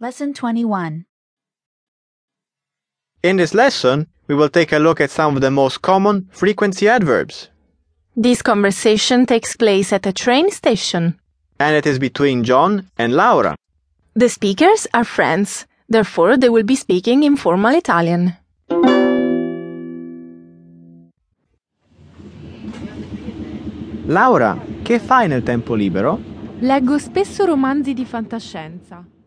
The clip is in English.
Lesson 21. In this lesson, we will take a look at some of the most common frequency adverbs, This conversation takes place at a train station. and it is between John and Laura. The speakers are friends, therefore, they will be speaking informal Italian. Laura, che fai nel tempo libero? Leggo spesso romanzi di fantascienza.